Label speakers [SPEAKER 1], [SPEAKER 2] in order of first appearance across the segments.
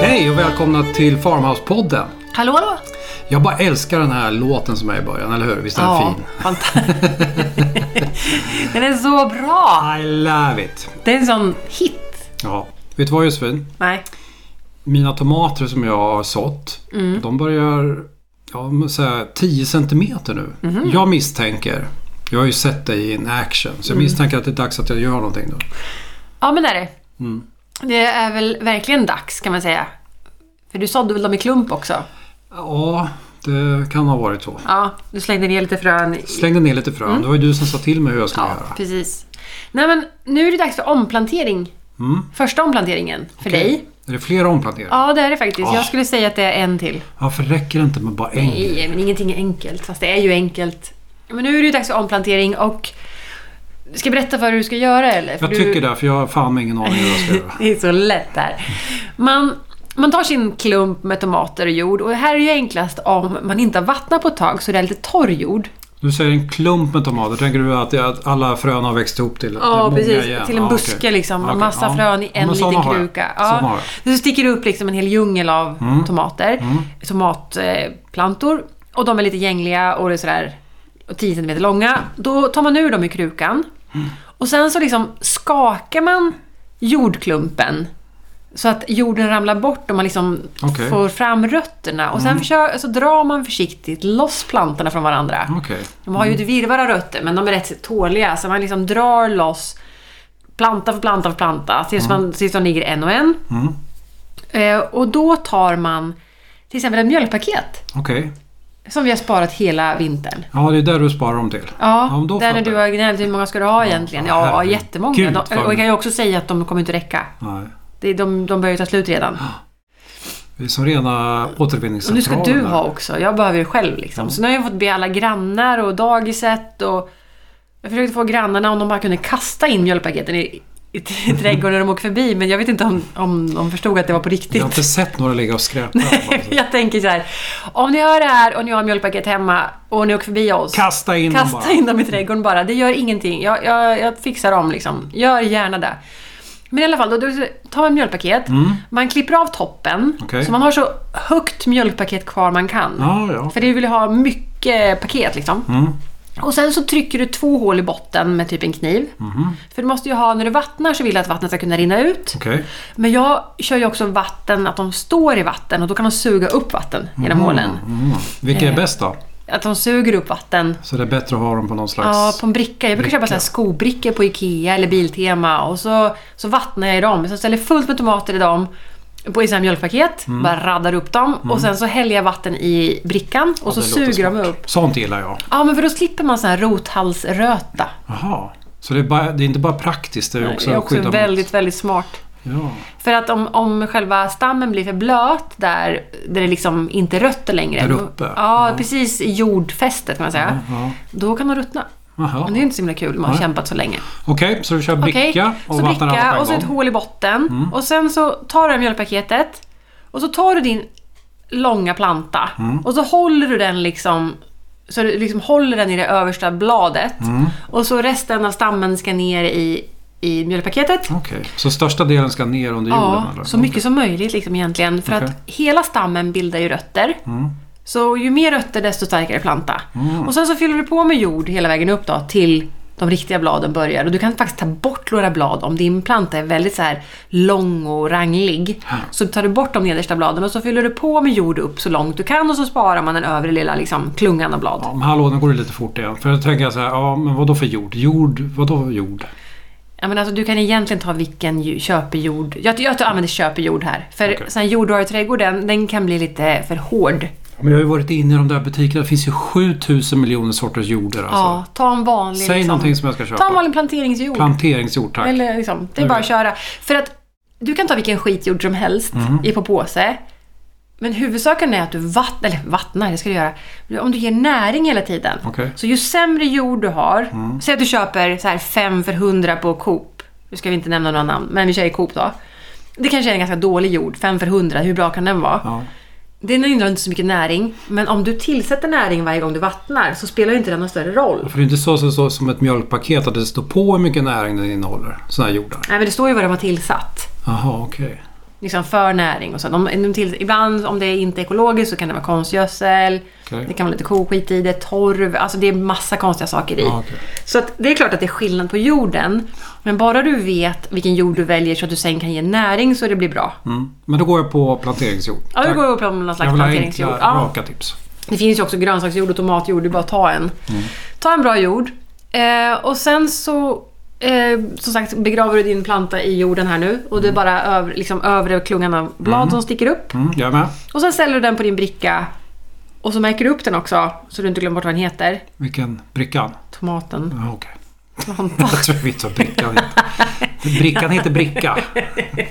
[SPEAKER 1] Hej och välkomna till Farmhouse-podden.
[SPEAKER 2] Hallå, hallå!
[SPEAKER 1] Jag bara älskar den här låten som är i början, eller hur? Visst är den fin?
[SPEAKER 2] fantastiskt. Den är så bra!
[SPEAKER 1] I love it!
[SPEAKER 2] Det är en sån hit.
[SPEAKER 1] Ja. Vet du vad Josefin?
[SPEAKER 2] Nej.
[SPEAKER 1] Mina tomater som jag har sått,
[SPEAKER 2] Mm.
[SPEAKER 1] de börjar ja, men så här, 10 centimeter nu.
[SPEAKER 2] Mhm.
[SPEAKER 1] Jag misstänker, jag har ju sett dig in action, så jag
[SPEAKER 2] Mm.
[SPEAKER 1] misstänker att det är dags att jag gör någonting då.
[SPEAKER 2] Ja, men det är det.
[SPEAKER 1] Mm.
[SPEAKER 2] Det är väl verkligen dags kan man säga. För du sådde väl dem i klump också?
[SPEAKER 1] Ja, det kan ha varit så.
[SPEAKER 2] Ja, du slängde ner lite frön. i-
[SPEAKER 1] Slängde ner lite frön. Det var ju du som sa till mig hur jag skulle
[SPEAKER 2] Mm. Ja,
[SPEAKER 1] göra.
[SPEAKER 2] precis. Nej, men nu är det dags för omplantering.
[SPEAKER 1] Mm.
[SPEAKER 2] Första omplanteringen för dig.
[SPEAKER 1] Är det flera omplanteringar?
[SPEAKER 2] Ja, det är det faktiskt.
[SPEAKER 1] Ah.
[SPEAKER 2] Jag skulle säga att det är en till.
[SPEAKER 1] Ja, för räcker det inte med bara en?
[SPEAKER 2] Nej, men ingenting är enkelt. Fast det är ju enkelt. Men nu är det ju dags för omplantering och... Ska jag berätta för hur du ska göra eller? För
[SPEAKER 1] Jag
[SPEAKER 2] du...
[SPEAKER 1] tycker det, för jag har fan ingen aning hur jag ska göra.
[SPEAKER 2] Det är så lätt där. Man, man tar sin klump med tomater och jord och här är det ju enklast om man inte har vattnat på ett tag så det är lite torr jord.
[SPEAKER 1] Du säger en klump med tomater. Tänker du att, det- att alla frön har växt ihop till, till
[SPEAKER 2] Ja,
[SPEAKER 1] många
[SPEAKER 2] precis.
[SPEAKER 1] igen?
[SPEAKER 2] Till en
[SPEAKER 1] Ja,
[SPEAKER 2] buske
[SPEAKER 1] okej.
[SPEAKER 2] liksom.
[SPEAKER 1] Okej,
[SPEAKER 2] En massa
[SPEAKER 1] ja.
[SPEAKER 2] frön i
[SPEAKER 1] Ja, men
[SPEAKER 2] en liten
[SPEAKER 1] sådana har jag.
[SPEAKER 2] kruka.
[SPEAKER 1] Sådana har
[SPEAKER 2] Ja.
[SPEAKER 1] jag.
[SPEAKER 2] Så sticker det upp liksom en hel djungel av tomater.
[SPEAKER 1] Mm.
[SPEAKER 2] Tomatplantor. Och de är lite gängliga och det är sådär 10 cm långa. Då tar man ur dem i krukan. Och sen så liksom skakar man jordklumpen. Så att jorden ramlar bort och man liksom
[SPEAKER 1] Okej.
[SPEAKER 2] får fram rötterna. Och sen försö- så drar man försiktigt loss plantorna från varandra.
[SPEAKER 1] Okej.
[SPEAKER 2] De har ju
[SPEAKER 1] Mm.
[SPEAKER 2] ett virrvarr av rötter, men de är rätt tåliga. Så man liksom drar loss planta för planta för planta tills,
[SPEAKER 1] Mm.
[SPEAKER 2] man, tills de ligger en och en. Eh, och då tar man till exempel ett mjölkpaket
[SPEAKER 1] Okej.
[SPEAKER 2] som vi har sparat hela vintern.
[SPEAKER 1] Ja, det är där du sparar dem till.
[SPEAKER 2] Ja,
[SPEAKER 1] men då
[SPEAKER 2] där när
[SPEAKER 1] fattar
[SPEAKER 2] du
[SPEAKER 1] jag.
[SPEAKER 2] har gnällt. Hur många ska du ha egentligen? Ja,
[SPEAKER 1] herregud.
[SPEAKER 2] jättemånga.
[SPEAKER 1] Gud,
[SPEAKER 2] de,
[SPEAKER 1] vad-
[SPEAKER 2] och jag kan ju också säga att de kommer inte räcka.
[SPEAKER 1] Nej.
[SPEAKER 2] De, de, de börjar ju ta slut redan.
[SPEAKER 1] Det är som rena
[SPEAKER 2] Och nu ska
[SPEAKER 1] återvinningscentralen.
[SPEAKER 2] du
[SPEAKER 1] där.
[SPEAKER 2] ha också. Jag behöver ju själv liksom. Så nu har jag fått be alla grannar och dagiset och... Jag försökte få grannarna om de bara kunde kasta in mjölkpaketen i, i, i trädgården när de åker förbi. Men jag vet inte om, om de förstod att det var på
[SPEAKER 1] Jag har
[SPEAKER 2] riktigt.
[SPEAKER 1] inte sett några ligga och skräpa.
[SPEAKER 2] jag tänker så här. Om ni hör det här och ni har mjölkpaket hemma och ni åker förbi oss.
[SPEAKER 1] Kasta in dem
[SPEAKER 2] Kasta
[SPEAKER 1] bara.
[SPEAKER 2] in dem i trädgården bara. Det gör ingenting. Jag, jag, jag fixar dem liksom. Gör gärna det. Men i alla fall, då, då tar man mjölkpaket. Man klipper av toppen.
[SPEAKER 1] Mm. Okej. Ah.
[SPEAKER 2] Så man har så högt mjölkpaket kvar man kan.
[SPEAKER 1] Ja, ja. Mm,
[SPEAKER 2] För du vill ha mycket paket liksom. Och sen så trycker du två hål i botten med typ en kniv.
[SPEAKER 1] Mhm.
[SPEAKER 2] För du måste ju ha, när du vattnar så vill du att vattnet ska kunna rinna ut.
[SPEAKER 1] Okej.
[SPEAKER 2] Men jag kör ju också vatten, att de står i vatten och då kan de suga upp vatten genom hålen.
[SPEAKER 1] Mm.
[SPEAKER 2] Eh.
[SPEAKER 1] Vilka är bäst då?
[SPEAKER 2] Att de suger upp vatten
[SPEAKER 1] Så det är bättre att ha dem på någon slags...
[SPEAKER 2] Ja, på en bricka. Jag brukar köpa så här skobrickor på IKEA eller Biltema och så, så vattnar jag i dem. Sen ställer jag fullt med tomater i dem på i så här mjölkpaket.
[SPEAKER 1] Mm.
[SPEAKER 2] Bara raddar upp dem och sen så häller jag vatten i brickan och så
[SPEAKER 1] det låter
[SPEAKER 2] suger de
[SPEAKER 1] smart.
[SPEAKER 2] upp.
[SPEAKER 1] Sånt gillar jag.
[SPEAKER 2] Ja, men för då slipper man så här rothalsröta.
[SPEAKER 1] Jaha. Så det är, bara, det är inte bara praktiskt, det är också,
[SPEAKER 2] det är också
[SPEAKER 1] skydda
[SPEAKER 2] väldigt, väldigt smart.
[SPEAKER 1] mot... Ja.
[SPEAKER 2] För att om, om själva stammen blir för blöt där, där det liksom inte är rötter längre.
[SPEAKER 1] Där
[SPEAKER 2] då-
[SPEAKER 1] uppe?
[SPEAKER 2] Ja, precis i jordfästet kan man säga.
[SPEAKER 1] ja.
[SPEAKER 2] Då kan de ruttna.
[SPEAKER 1] Jaha.
[SPEAKER 2] Men det är ju inte så himla kul, man har
[SPEAKER 1] Nej.
[SPEAKER 2] kämpat så länge.
[SPEAKER 1] Okej, så du kör
[SPEAKER 2] Okej,
[SPEAKER 1] bricka och
[SPEAKER 2] så
[SPEAKER 1] vattnar allt
[SPEAKER 2] bricka
[SPEAKER 1] på
[SPEAKER 2] och så
[SPEAKER 1] en
[SPEAKER 2] ett
[SPEAKER 1] gång.
[SPEAKER 2] hål i botten. Och sen så tar du det här mjölkpaketet och så tar du din långa planta och så håller du den liksom så du liksom håller den i det översta bladet och så resten av stammen ska ner i, i mjölkpaketet.
[SPEAKER 1] Okej, så största delen ska ner under jorden?
[SPEAKER 2] Ja,
[SPEAKER 1] eller?
[SPEAKER 2] så mycket som möjligt liksom egentligen. För
[SPEAKER 1] Okej. Mm.
[SPEAKER 2] att hela stammen bildar ju rötter. Så ju mer rötter desto starkare planta. Och sen så fyller du på med jord hela vägen upp då till de riktiga bladen börjar. Och du kan faktiskt ta bort några blad om din planta är väldigt så här lång och ranglig. Så tar du bort de nedersta bladen och så fyller du på med jord upp så långt du kan och så sparar man den övre lilla liksom, klungan av blad.
[SPEAKER 1] Ja, men hallå, nu går det lite fort igen. För då tänker jag så här, ja men vadå för jord? Jord, vadå för jord?
[SPEAKER 2] Ja, men alltså, du kan egentligen ta vilken ju- köpejord. Jag, jag använder köpejord här. För
[SPEAKER 1] Okej.
[SPEAKER 2] sen jordvaruträdgården, den kan bli lite för hård.
[SPEAKER 1] Men jag har ju varit inne i de där butikerna. Det finns ju 7000 miljoner sorters jorder alltså.
[SPEAKER 2] Ja, ta en vanlig... liksom.
[SPEAKER 1] Säg någonting som jag ska köpa.
[SPEAKER 2] Ta en vanlig planteringsjord.
[SPEAKER 1] Planteringsjord, tack.
[SPEAKER 2] Eller liksom, det är bara att köra. För att du kan ta vilken skitjord som helst
[SPEAKER 1] Mm.
[SPEAKER 2] i på påse. Men huvudsaken är att du vattnar, eller vattnar, det ska du göra. Men Om du ger näring hela tiden.
[SPEAKER 1] Okej. Mm.
[SPEAKER 2] Så ju sämre jord du har. Säg att du köper så här 5 för 100 på Coop. Nu ska vi inte nämna några namn, men vi kör i Coop då. Det kanske är en ganska dålig jord, 5 för 100, hur bra kan den vara?
[SPEAKER 1] Ja.
[SPEAKER 2] Den innehåller inte så mycket näring, men om du tillsätter näring varje gång du vattnar så spelar ju inte den någon större roll.
[SPEAKER 1] För det är inte så, så, så som ett mjölkpaket att det står på hur mycket näring den innehåller. Sådana här jordar.
[SPEAKER 2] Nej, men det står ju vad de har tillsatt.
[SPEAKER 1] Jaha, okej.
[SPEAKER 2] Liksom för näring och så. De, de till, ibland om det är inte är ekologiskt så kan det vara konstgödsel.
[SPEAKER 1] Okej.
[SPEAKER 2] Det kan vara lite koskit i det, torv. Alltså det är massa konstiga saker i.
[SPEAKER 1] Ja, okej.
[SPEAKER 2] Så att det är klart att det är skillnad på jorden. Men bara du vet vilken jord du väljer så att du sen kan ge näring så det blir bra.
[SPEAKER 1] Mm. Men då går jag på planteringsjord.
[SPEAKER 2] Ja, det
[SPEAKER 1] Tack.
[SPEAKER 2] går ju upp om någon
[SPEAKER 1] jag
[SPEAKER 2] slags
[SPEAKER 1] vill ha
[SPEAKER 2] planteringsjord.
[SPEAKER 1] enkla,
[SPEAKER 2] Ja.
[SPEAKER 1] raka tips.
[SPEAKER 2] Det finns ju också grönsaksjord och tomatjord. Det är bara att ta en. Ta en bra jord. Eh, och sen så eh, som sagt begraver du din planta i jorden här nu. Och det är bara över, liksom, övre klungan av blad som sticker upp.
[SPEAKER 1] Mm, jag är med.
[SPEAKER 2] Och sen ställer du den på din bricka. Och så märker du upp den också så du inte glömmer bort vad den heter.
[SPEAKER 1] Vilken? Brickan?
[SPEAKER 2] Tomaten.
[SPEAKER 1] Ja, okej.
[SPEAKER 2] Plantan.
[SPEAKER 1] Jag tror vi tar brickan. heter. brickan heter bricka.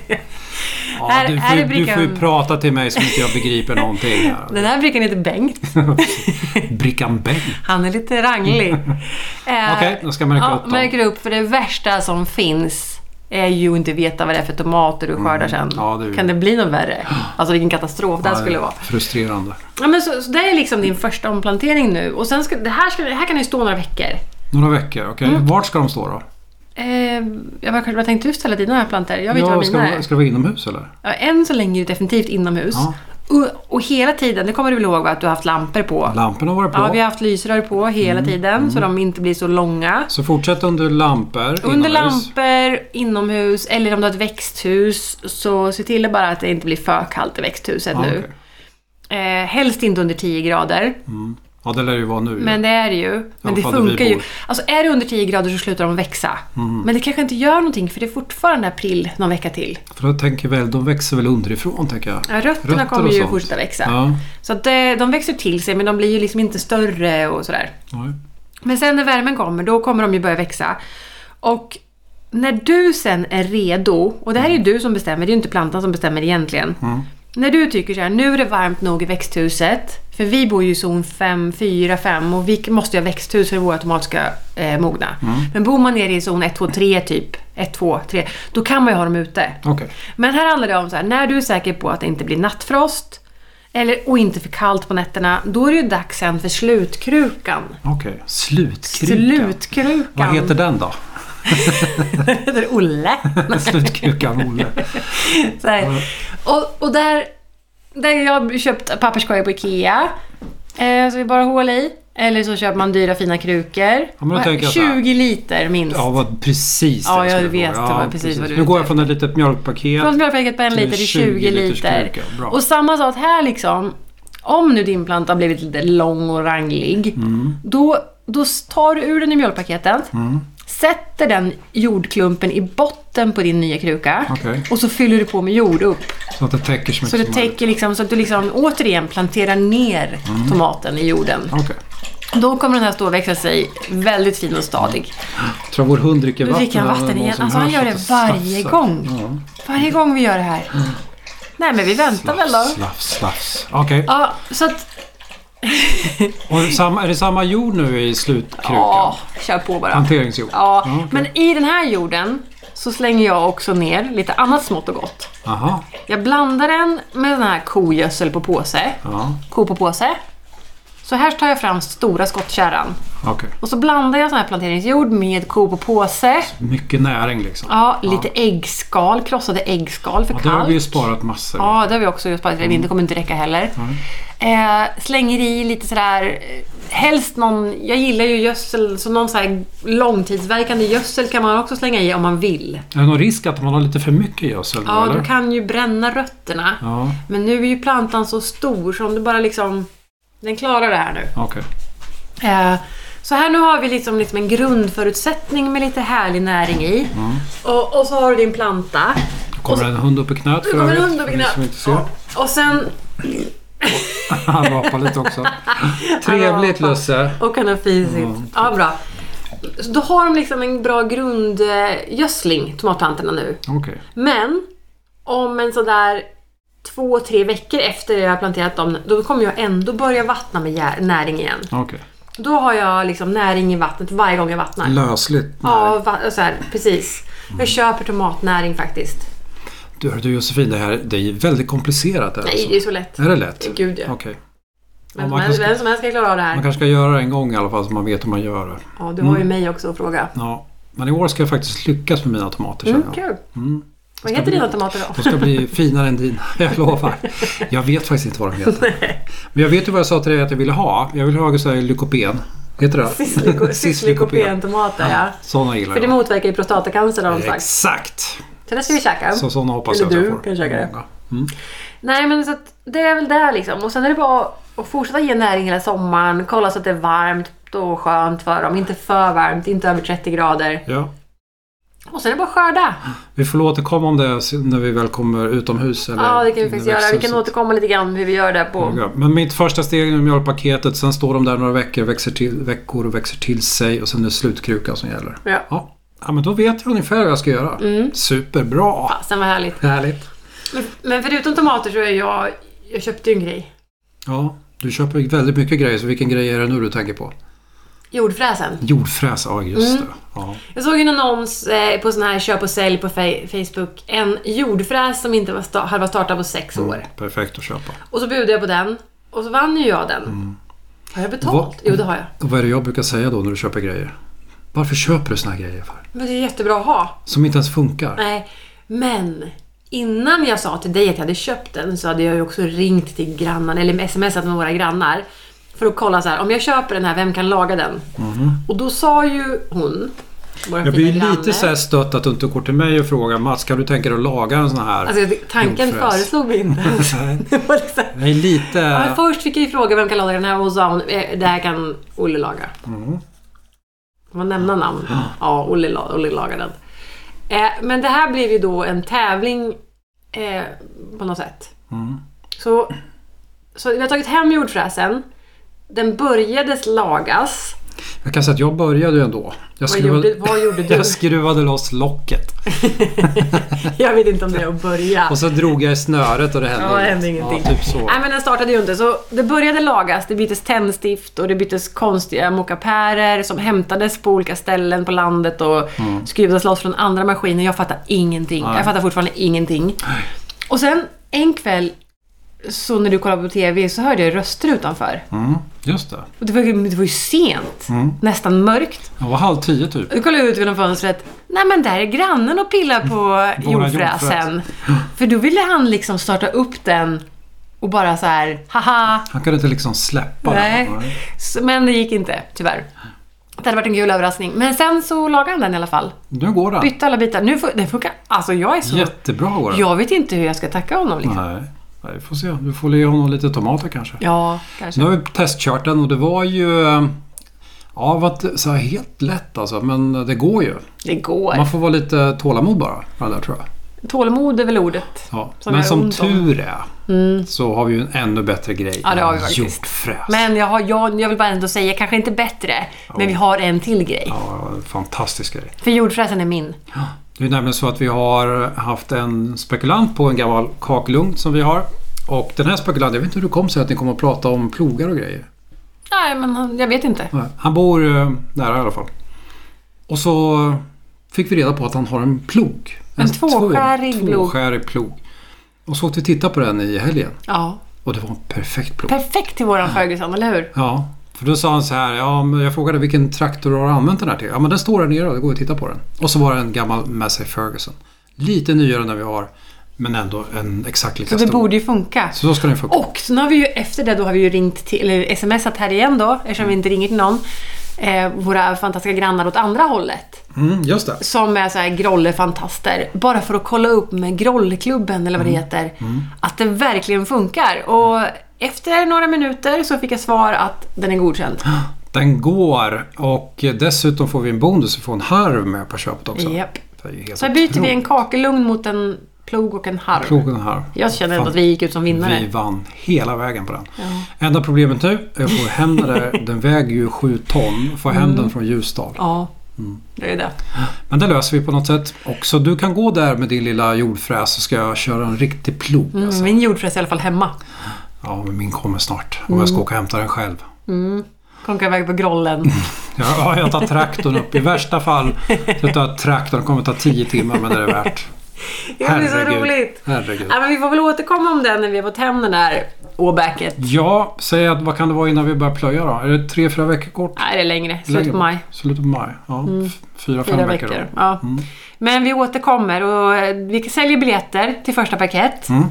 [SPEAKER 1] Ja,
[SPEAKER 2] Här-
[SPEAKER 1] du, får,
[SPEAKER 2] här
[SPEAKER 1] ju-
[SPEAKER 2] är
[SPEAKER 1] du får ju
[SPEAKER 2] brickan.
[SPEAKER 1] prata till mig som inte jag begriper någonting. Här.
[SPEAKER 2] Den här brickan heter Bengt.
[SPEAKER 1] Brickan Bengt.
[SPEAKER 2] Han är lite ranglig. Eh,
[SPEAKER 1] Okej, då ska jag märka upp dem.
[SPEAKER 2] Märker upp, för det värsta som finns är ju att inte veta vad det är för tomater du skördar sen.
[SPEAKER 1] Mm. Ja, det är ju-
[SPEAKER 2] Kan det bli något värre? Alltså vilken katastrof det här skulle vara.
[SPEAKER 1] Frustrerande.
[SPEAKER 2] Ja, men så, så det är liksom din första omplantering nu. Och sen ska, det, här ska, det här kan ju stå några veckor.
[SPEAKER 1] Några veckor, okej.
[SPEAKER 2] Mm.
[SPEAKER 1] Vart ska de stå då?
[SPEAKER 2] Eh, jag bara, vad tänkte du ställa dina här plantor? Jag vet ju vad
[SPEAKER 1] ska,
[SPEAKER 2] mina är.
[SPEAKER 1] de- ska det vara inomhus eller?
[SPEAKER 2] Ja, än så länge är det definitivt inomhus.
[SPEAKER 1] Ja.
[SPEAKER 2] Och, och hela tiden, det kommer du väl ihåg va, att du har haft lampor på?
[SPEAKER 1] Lamporna har varit på. Mm,
[SPEAKER 2] Ja, vi har haft lysrör på hela tiden så de inte blir så långa.
[SPEAKER 1] Så fortsätt under lampor
[SPEAKER 2] Under
[SPEAKER 1] inomhus.
[SPEAKER 2] lampor, inomhus eller om du har ett växthus så se till bara att det inte blir för kallt i växthuset
[SPEAKER 1] Ja,
[SPEAKER 2] nu.
[SPEAKER 1] okej.
[SPEAKER 2] Eh, helst inte under 10 grader,
[SPEAKER 1] Mm. Ja, det lär det ju vara nu.
[SPEAKER 2] men det är det ju. Men det
[SPEAKER 1] fall där vi
[SPEAKER 2] funkar ju.
[SPEAKER 1] bor. Mm.
[SPEAKER 2] Alltså är det under 10 grader så slutar de växa. Men det kanske inte gör någonting för det är fortfarande april någon vecka till.
[SPEAKER 1] För jag tänker väl, de växer väl underifrån tänker jag.
[SPEAKER 2] Ja, rötterna
[SPEAKER 1] Rötter
[SPEAKER 2] kommer
[SPEAKER 1] och
[SPEAKER 2] ju
[SPEAKER 1] sånt.
[SPEAKER 2] fortsätta växa.
[SPEAKER 1] Ja.
[SPEAKER 2] Så att, eh, de växer till sig men de blir ju liksom inte större och sådär.
[SPEAKER 1] Nej.
[SPEAKER 2] Men sen när värmen kommer, då kommer de ju börja växa. Och när du sen är redo, och det här är ju du som bestämmer, det är ju inte plantan som bestämmer egentligen. När du tycker så här, nu är det varmt nog i växthuset. För vi bor ju i zon 5, 4, 5 och vi måste ju ha växthus för att våra tomater ska eh, mogna. Men bor man nere i zon 1, 2, 3 typ, 1, 2, 3, då kan man ju ha dem ute.
[SPEAKER 1] Okej.
[SPEAKER 2] Men här handlar det om så här, när du är säker på att det inte blir nattfrost eller, och inte för kallt på nätterna, då är det ju dags sen för slutkrukan.
[SPEAKER 1] Okej. Slutkruka.
[SPEAKER 2] Slutkrukan.
[SPEAKER 1] Vad heter den då?
[SPEAKER 2] den? heter Olle.
[SPEAKER 1] Slutkrukan Olle.
[SPEAKER 2] Så här. Och, och där, där jag har köpt papperskorgar på Ikea. Eh, så vi bara hål i. Eller så köper man dyra fina krukor.
[SPEAKER 1] men då
[SPEAKER 2] Och
[SPEAKER 1] tänker jag så här.
[SPEAKER 2] 20 liter minst.
[SPEAKER 1] Ja, vad precis det
[SPEAKER 2] Ja, jag
[SPEAKER 1] skulle
[SPEAKER 2] vet,
[SPEAKER 1] fråga.
[SPEAKER 2] det var precis vad du
[SPEAKER 1] Nu går jag
[SPEAKER 2] tänkte.
[SPEAKER 1] från ett litet mjölkpaket.
[SPEAKER 2] Från mjölkpaket på en
[SPEAKER 1] till
[SPEAKER 2] liter till 20,
[SPEAKER 1] 20 liters
[SPEAKER 2] liter.
[SPEAKER 1] kruka. Bra.
[SPEAKER 2] Och samma sak här liksom. Om nu din planta har blivit lite lång och ranglig.
[SPEAKER 1] Mm.
[SPEAKER 2] Då, då tar du ur den i mjölkpaketet. Sätter den jordklumpen i botten på din nya kruka.
[SPEAKER 1] Okej.
[SPEAKER 2] Och så fyller du på med jord upp.
[SPEAKER 1] Så att det täcker så
[SPEAKER 2] Så,
[SPEAKER 1] mycket
[SPEAKER 2] det
[SPEAKER 1] som möjligt.
[SPEAKER 2] täcker liksom, så att du liksom återigen planterar ner tomaten i jorden.
[SPEAKER 1] Okej.
[SPEAKER 2] Då kommer den här stå och växa sig väldigt fin och stadig.
[SPEAKER 1] Jag tror vår hund dricker
[SPEAKER 2] Nu
[SPEAKER 1] vatten.
[SPEAKER 2] dricker han
[SPEAKER 1] här
[SPEAKER 2] vatten
[SPEAKER 1] någon
[SPEAKER 2] igen.
[SPEAKER 1] som
[SPEAKER 2] Alltså han
[SPEAKER 1] hörs
[SPEAKER 2] gör
[SPEAKER 1] att
[SPEAKER 2] det varje
[SPEAKER 1] slafsar.
[SPEAKER 2] gång. Varje gång vi gör det här. Nej men vi väntar väl då.
[SPEAKER 1] Slafs, slafs. Okej.
[SPEAKER 2] Ja, så att...
[SPEAKER 1] Och samma, är det samma jord nu i slutkrukan?
[SPEAKER 2] Ja, kör på bara.
[SPEAKER 1] Hanteringsjord?
[SPEAKER 2] Ja,
[SPEAKER 1] Mm. okej.
[SPEAKER 2] men i den här jorden så slänger jag också ner lite annat smått och gott.
[SPEAKER 1] Aha.
[SPEAKER 2] Jag blandar den med den här kogödsel på påse.
[SPEAKER 1] Ja,
[SPEAKER 2] Ko på påse. Så här tar jag fram stora skottkärran.
[SPEAKER 1] okej.
[SPEAKER 2] Och så blandar jag sån här planteringsjord med ko på påse.
[SPEAKER 1] Mycket näring liksom.
[SPEAKER 2] Ja, lite äggskal, krossade äggskal för
[SPEAKER 1] Ja, det har
[SPEAKER 2] kallt.
[SPEAKER 1] vi ju sparat massor.
[SPEAKER 2] Ja, det har vi också gjort. sparat i vinter. Det kommer inte räcka heller. Eh, slänger i lite sådär... eh, Helst någon... Jag gillar ju gödsel, så någon så här långtidsverkande gödsel kan man också slänga i om man vill.
[SPEAKER 1] Är det någon risk att man har lite för mycket gödsel? då,
[SPEAKER 2] Ja,
[SPEAKER 1] eller?
[SPEAKER 2] du kan ju bränna rötterna.
[SPEAKER 1] Ja,
[SPEAKER 2] Men nu är ju plantan så stor så om du bara liksom... Den klarar det här nu.
[SPEAKER 1] okej.
[SPEAKER 2] Eh, Så här nu har vi liksom, liksom en grundförutsättning med lite härlig näring i.
[SPEAKER 1] Mm.
[SPEAKER 2] Och, och så har du din planta.
[SPEAKER 1] Då kommer en hund upp i knät
[SPEAKER 2] Nu
[SPEAKER 1] för
[SPEAKER 2] kommer en
[SPEAKER 1] övrigt,
[SPEAKER 2] hund upp i
[SPEAKER 1] för ni
[SPEAKER 2] knät.
[SPEAKER 1] som inte ser.
[SPEAKER 2] Och sen...
[SPEAKER 1] Han rapar lite också. Trevligt
[SPEAKER 2] rapar.
[SPEAKER 1] Lusse.
[SPEAKER 2] Och han har fisit.
[SPEAKER 1] Mm.
[SPEAKER 2] Ja, bra. Så då har de liksom en bra grundgödsling, tomatplantorna nu.
[SPEAKER 1] Okej.
[SPEAKER 2] Men om en sådär två, tre veckor efter jag har planterat dem, då kommer jag ändå börja vattna med jär- näring igen.
[SPEAKER 1] Okej.
[SPEAKER 2] Då har jag liksom näring i vattnet varje gång jag vattnar.
[SPEAKER 1] Lösligt.
[SPEAKER 2] Ja, va- så här, precis. Jag köper tomatnäring faktiskt.
[SPEAKER 1] Du, hör du Josefin, det här det är väldigt komplicerat. Det här,
[SPEAKER 2] Nej, det är så lätt.
[SPEAKER 1] alltså. Är det lätt?
[SPEAKER 2] Gud ja.
[SPEAKER 1] Okej. Ja,
[SPEAKER 2] Vem som
[SPEAKER 1] man,
[SPEAKER 2] helst-
[SPEAKER 1] kanske,
[SPEAKER 2] vem som helst kan klara av det
[SPEAKER 1] man Mm.
[SPEAKER 2] här.
[SPEAKER 1] kanske ska göra det en gång i alla fall så man vet hur man gör det.
[SPEAKER 2] Ja, du har ju mig också att fråga.
[SPEAKER 1] Ja. Men i år ska jag faktiskt lyckas med mina tomater känner
[SPEAKER 2] Mm,
[SPEAKER 1] jag.
[SPEAKER 2] kul.
[SPEAKER 1] Mm.
[SPEAKER 2] Vad
[SPEAKER 1] Ska
[SPEAKER 2] heter
[SPEAKER 1] vi-
[SPEAKER 2] dina tomater då?
[SPEAKER 1] De ska bli finare än dina, jag lovar. Jag vet faktiskt inte vad de heter. Men jag vet ju vad jag sa till dig att jag ville ha. Jag vill ha så här lykopen. Heter det?
[SPEAKER 2] Syssliko-
[SPEAKER 1] Sysslykopen.
[SPEAKER 2] Syslikopentomater, ja.
[SPEAKER 1] Sådana gillar
[SPEAKER 2] För det
[SPEAKER 1] jag.
[SPEAKER 2] motverkar ju prostatacancer har de sagt.
[SPEAKER 1] Exakt!
[SPEAKER 2] Så det ska vi käka.
[SPEAKER 1] Så sådana hoppas
[SPEAKER 2] Eller
[SPEAKER 1] jag att
[SPEAKER 2] du
[SPEAKER 1] jag får.
[SPEAKER 2] kan käka det.
[SPEAKER 1] Många. Mm.
[SPEAKER 2] Nej men så att det är väl där liksom. Och sen är det bara att fortsätta ge näring hela sommaren. Kolla så att det är varmt och skönt för dem. Inte för varmt, inte över 30 grader.
[SPEAKER 1] Ja.
[SPEAKER 2] Och sen är det bara att skörda.
[SPEAKER 1] Vi får återkomma om det när vi väl kommer utomhus. Eller
[SPEAKER 2] Ja, det kan vi
[SPEAKER 1] in i
[SPEAKER 2] faktiskt göra. Vi kan
[SPEAKER 1] växthuset.
[SPEAKER 2] återkomma lite grann hur vi gör det på...
[SPEAKER 1] Ja, Men mitt första steg är mjölkpaketet. Sen står de där några veckor, växer till, veckor och växer till sig. Och sen är det slutkrukan som gäller.
[SPEAKER 2] Ja. Mm.
[SPEAKER 1] Ja, ja men då vet jag ungefär vad jag ska göra. Superbra!
[SPEAKER 2] Sen var härligt.
[SPEAKER 1] Härligt.
[SPEAKER 2] Men, men förutom tomater så är jag... Jag köpte ju en grej.
[SPEAKER 1] Ja, du köper väldigt mycket grejer. Så vilken grej är det nu du tänker på?
[SPEAKER 2] Jordfräsen.
[SPEAKER 1] Jordfräs, ja just
[SPEAKER 2] Mm.
[SPEAKER 1] det. Ja.
[SPEAKER 2] Jag såg en annons eh, på sån här köp och sälj på fe- Facebook. En jordfräs som inte var sta- hade varit startad på sex år.
[SPEAKER 1] Perfekt att köpa.
[SPEAKER 2] Och så budade jag på den. Och så vann ju jag den. Har jag betalt?
[SPEAKER 1] Vad-
[SPEAKER 2] Jo, det har jag.
[SPEAKER 1] Och vad är det jag brukar säga då när du köper grejer? Varför köper du såna här grejer för?
[SPEAKER 2] Men det är jättebra att ha.
[SPEAKER 1] Som inte ens funkar.
[SPEAKER 2] Nej, men innan jag sa till dig att jag hade köpt den så hade jag ju också ringt till grannarna, eller smsat med våra grannar. För att kolla så här, om jag köper den här, vem kan laga den? Och då sa ju hon,
[SPEAKER 1] Jag
[SPEAKER 2] våra fina
[SPEAKER 1] blir ju
[SPEAKER 2] granne,
[SPEAKER 1] lite så här stött att du inte går till mig och frågar Mats, kan du tänka dig att laga en sån här?
[SPEAKER 2] Alltså tanken
[SPEAKER 1] Jordfräs.
[SPEAKER 2] föreslog mig inte ens.
[SPEAKER 1] Nej.
[SPEAKER 2] Det var liksom,
[SPEAKER 1] Nej, lite...
[SPEAKER 2] ja, men först fick jag ju fråga vem kan laga den här och sa hon, "Eh, det här kan Olle laga.
[SPEAKER 1] Mm.
[SPEAKER 2] Man nämna namn. Ja, Olle, la- Olle lagar den. Eh, men det här blev ju då en tävling eh, på något sätt.
[SPEAKER 1] Mm.
[SPEAKER 2] Så, så vi har tagit hem jordfräsen. Den började lagas.
[SPEAKER 1] Jag kan säga att jag började ju ändå. Jag
[SPEAKER 2] Vad gjorde, vad gjorde du?
[SPEAKER 1] jag skruvade loss locket.
[SPEAKER 2] Jag vet inte om det är att börja.
[SPEAKER 1] Och så drog jag i snöret och det hände
[SPEAKER 2] Ja, det
[SPEAKER 1] inget.
[SPEAKER 2] hände ingenting. Äh.
[SPEAKER 1] Ja, typ så.
[SPEAKER 2] Nej men den startade ju inte så det började lagas. Det byttes tändstift och det byttes konstiga mokapärer som hämtades på olika ställen på landet och skruvades loss från andra maskiner. Jag fattar ingenting.
[SPEAKER 1] Mm. Nej.
[SPEAKER 2] Jag fattar fortfarande ingenting. Och sen en kväll så när du kollade på TV så hörde jag röster utanför.
[SPEAKER 1] Mm, just det.
[SPEAKER 2] Och det var, ju- det var ju sent. Nästan mörkt.
[SPEAKER 1] Jag var halv tio typ.
[SPEAKER 2] Du kollar ut genom fönstret. Nej men där är grannen och pillar på jordfräsen.
[SPEAKER 1] jordfräs.
[SPEAKER 2] För då ville han liksom starta upp den och bara så här, haha.
[SPEAKER 1] Han kunde inte liksom släppa
[SPEAKER 2] Nej.
[SPEAKER 1] den.
[SPEAKER 2] Så- Men det gick inte, tyvärr. Det hade varit en kul överraskning. Men sen så lagade han den i alla fall.
[SPEAKER 1] Nu går den.
[SPEAKER 2] Bytte alla bitar. Nu fun- den funkar. Alltså jag är så...
[SPEAKER 1] Jättebra går den.
[SPEAKER 2] Jag vet inte hur jag ska tacka honom liksom.
[SPEAKER 1] Nej. Nej, vi får se. Du får ge honom lite tomater kanske.
[SPEAKER 2] Ja, kanske.
[SPEAKER 1] Nu har vi testkört den och det var ju... eh, Ja, det var inte så här helt lätt alltså. Men det går ju.
[SPEAKER 2] Det går.
[SPEAKER 1] Man får vara lite tålamod bara. med Det där, tror jag.
[SPEAKER 2] Tålamod är väl ordet.
[SPEAKER 1] Ja.
[SPEAKER 2] Som
[SPEAKER 1] men
[SPEAKER 2] jag har
[SPEAKER 1] som
[SPEAKER 2] ont om. Mm.
[SPEAKER 1] tur är så har vi ju en ännu bättre grej.
[SPEAKER 2] Ja, det har vi
[SPEAKER 1] än
[SPEAKER 2] faktiskt.
[SPEAKER 1] Jordfräs.
[SPEAKER 2] Men jag, har, jag, jag vill bara ändå säga, kanske inte bättre, men vi har en till grej.
[SPEAKER 1] Ja, en fantastisk grej.
[SPEAKER 2] För jordfräsen är min.
[SPEAKER 1] Det är nämligen så att vi har haft en spekulant på en gammal kakelugn som vi har. Och den här spekulanten, jag vet inte hur det kom sig att ni kom att prata om plogar och grejer.
[SPEAKER 2] Nej, men han- jag vet inte.
[SPEAKER 1] Nej, Han bor eh, nära i alla fall. Och så fick vi reda på att han har en plog.
[SPEAKER 2] En tvåskärig
[SPEAKER 1] två-
[SPEAKER 2] plog.
[SPEAKER 1] tvåskärig plog. Och så åkte vi titta på den i helgen.
[SPEAKER 2] Ja.
[SPEAKER 1] Och det var en perfekt plog.
[SPEAKER 2] Perfekt till våran Ferguson, eller hur?
[SPEAKER 1] Ja, för då sa han så här. Ja, men jag frågade vilken traktor har du använt den här till? Ja, men den står där nere. Det går att titta på den. Och så var det en gammal Massey Ferguson. Lite nyare än den vi har. Men ändå en exakt lika
[SPEAKER 2] Så det
[SPEAKER 1] stor.
[SPEAKER 2] borde ju funka.
[SPEAKER 1] Så då ska den få
[SPEAKER 2] Och så nu har vi ju efter det då har vi ju ringt till, eller smsat här igen då, eftersom
[SPEAKER 1] Mm.
[SPEAKER 2] vi inte ringer till någon. Eh, våra fantastiska grannar åt andra hållet.
[SPEAKER 1] Mm, just det.
[SPEAKER 2] Som är så här grollefantaster. Bara för att kolla upp med grolleklubben eller vad
[SPEAKER 1] Mm.
[SPEAKER 2] det heter. Att det verkligen funkar. Och efter några minuter så fick jag svar att den är godkänd.
[SPEAKER 1] Den går och dessutom får vi en bonus. Vi får en harv med på köpet också.
[SPEAKER 2] Japp.
[SPEAKER 1] Det är ju helt
[SPEAKER 2] Så här byter vi en
[SPEAKER 1] otroligt.
[SPEAKER 2] kakelugn mot en plog och en harv.
[SPEAKER 1] Plog och en harv.
[SPEAKER 2] Jag känner ändå att vi gick ut som vinnare.
[SPEAKER 1] Vi vann hela vägen på den. Enda problemet nu är att få hem den där. Den väger ju 7 ton. Få hem
[SPEAKER 2] Mm.
[SPEAKER 1] den från Ljusdal.
[SPEAKER 2] Ja,
[SPEAKER 1] Mm.
[SPEAKER 2] det är det.
[SPEAKER 1] Men det löser vi på något sätt. Och så du kan gå där med din lilla jordfräs så ska jag köra en riktig plog. Alltså.
[SPEAKER 2] Min jordfräs är i alla fall hemma.
[SPEAKER 1] Ja, men min kommer snart. Och
[SPEAKER 2] Mm.
[SPEAKER 1] jag ska åka och hämta den själv.
[SPEAKER 2] Konkar iväg på grollen.
[SPEAKER 1] Ja, Ja, jag tar traktorn upp. I värsta fall så tar jag traktorn. Det kommer ta 10 timmar men det är värt.
[SPEAKER 2] Ja, det är så roligt.
[SPEAKER 1] Herregud.
[SPEAKER 2] Ja, men vi får väl återkomma om den när vi har fått hem den där åbäket.
[SPEAKER 1] Ja, säg att vad kan det vara innan vi börjar plöja då? Är det tre, fyra veckor kort?
[SPEAKER 2] Nej, det är längre. Slut
[SPEAKER 1] Längre
[SPEAKER 2] på
[SPEAKER 1] bort.
[SPEAKER 2] maj. Mm.
[SPEAKER 1] Slutet på maj. Ja, f- fyra, fem
[SPEAKER 2] Fyra
[SPEAKER 1] veckor.
[SPEAKER 2] veckor.
[SPEAKER 1] då. Mm.
[SPEAKER 2] Ja. Men vi återkommer och eh, vi säljer biljetter till första paket.
[SPEAKER 1] Mm.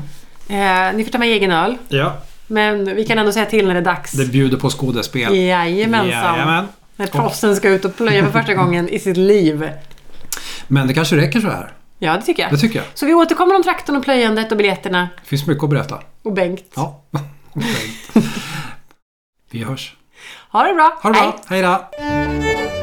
[SPEAKER 2] Eh, ni får ta med egen öl.
[SPEAKER 1] Ja,
[SPEAKER 2] Men vi kan ändå säga till när det är dags.
[SPEAKER 1] det bjuder på skådespel.
[SPEAKER 2] Jajamensan.
[SPEAKER 1] Jajamän.
[SPEAKER 2] När proffsen ska ut och plöja för första gången i sitt liv.
[SPEAKER 1] Men det kanske räcker så här.
[SPEAKER 2] Ja, det tycker jag.
[SPEAKER 1] Det tycker jag.
[SPEAKER 2] Så vi återkommer om traktorn och plöjandet och biljetterna.
[SPEAKER 1] Det finns mycket att berätta.
[SPEAKER 2] Och Bengt.
[SPEAKER 1] Ja. Vi hörs.
[SPEAKER 2] Ha det bra.
[SPEAKER 1] Ha det bra.
[SPEAKER 2] Hej.
[SPEAKER 1] Hej då.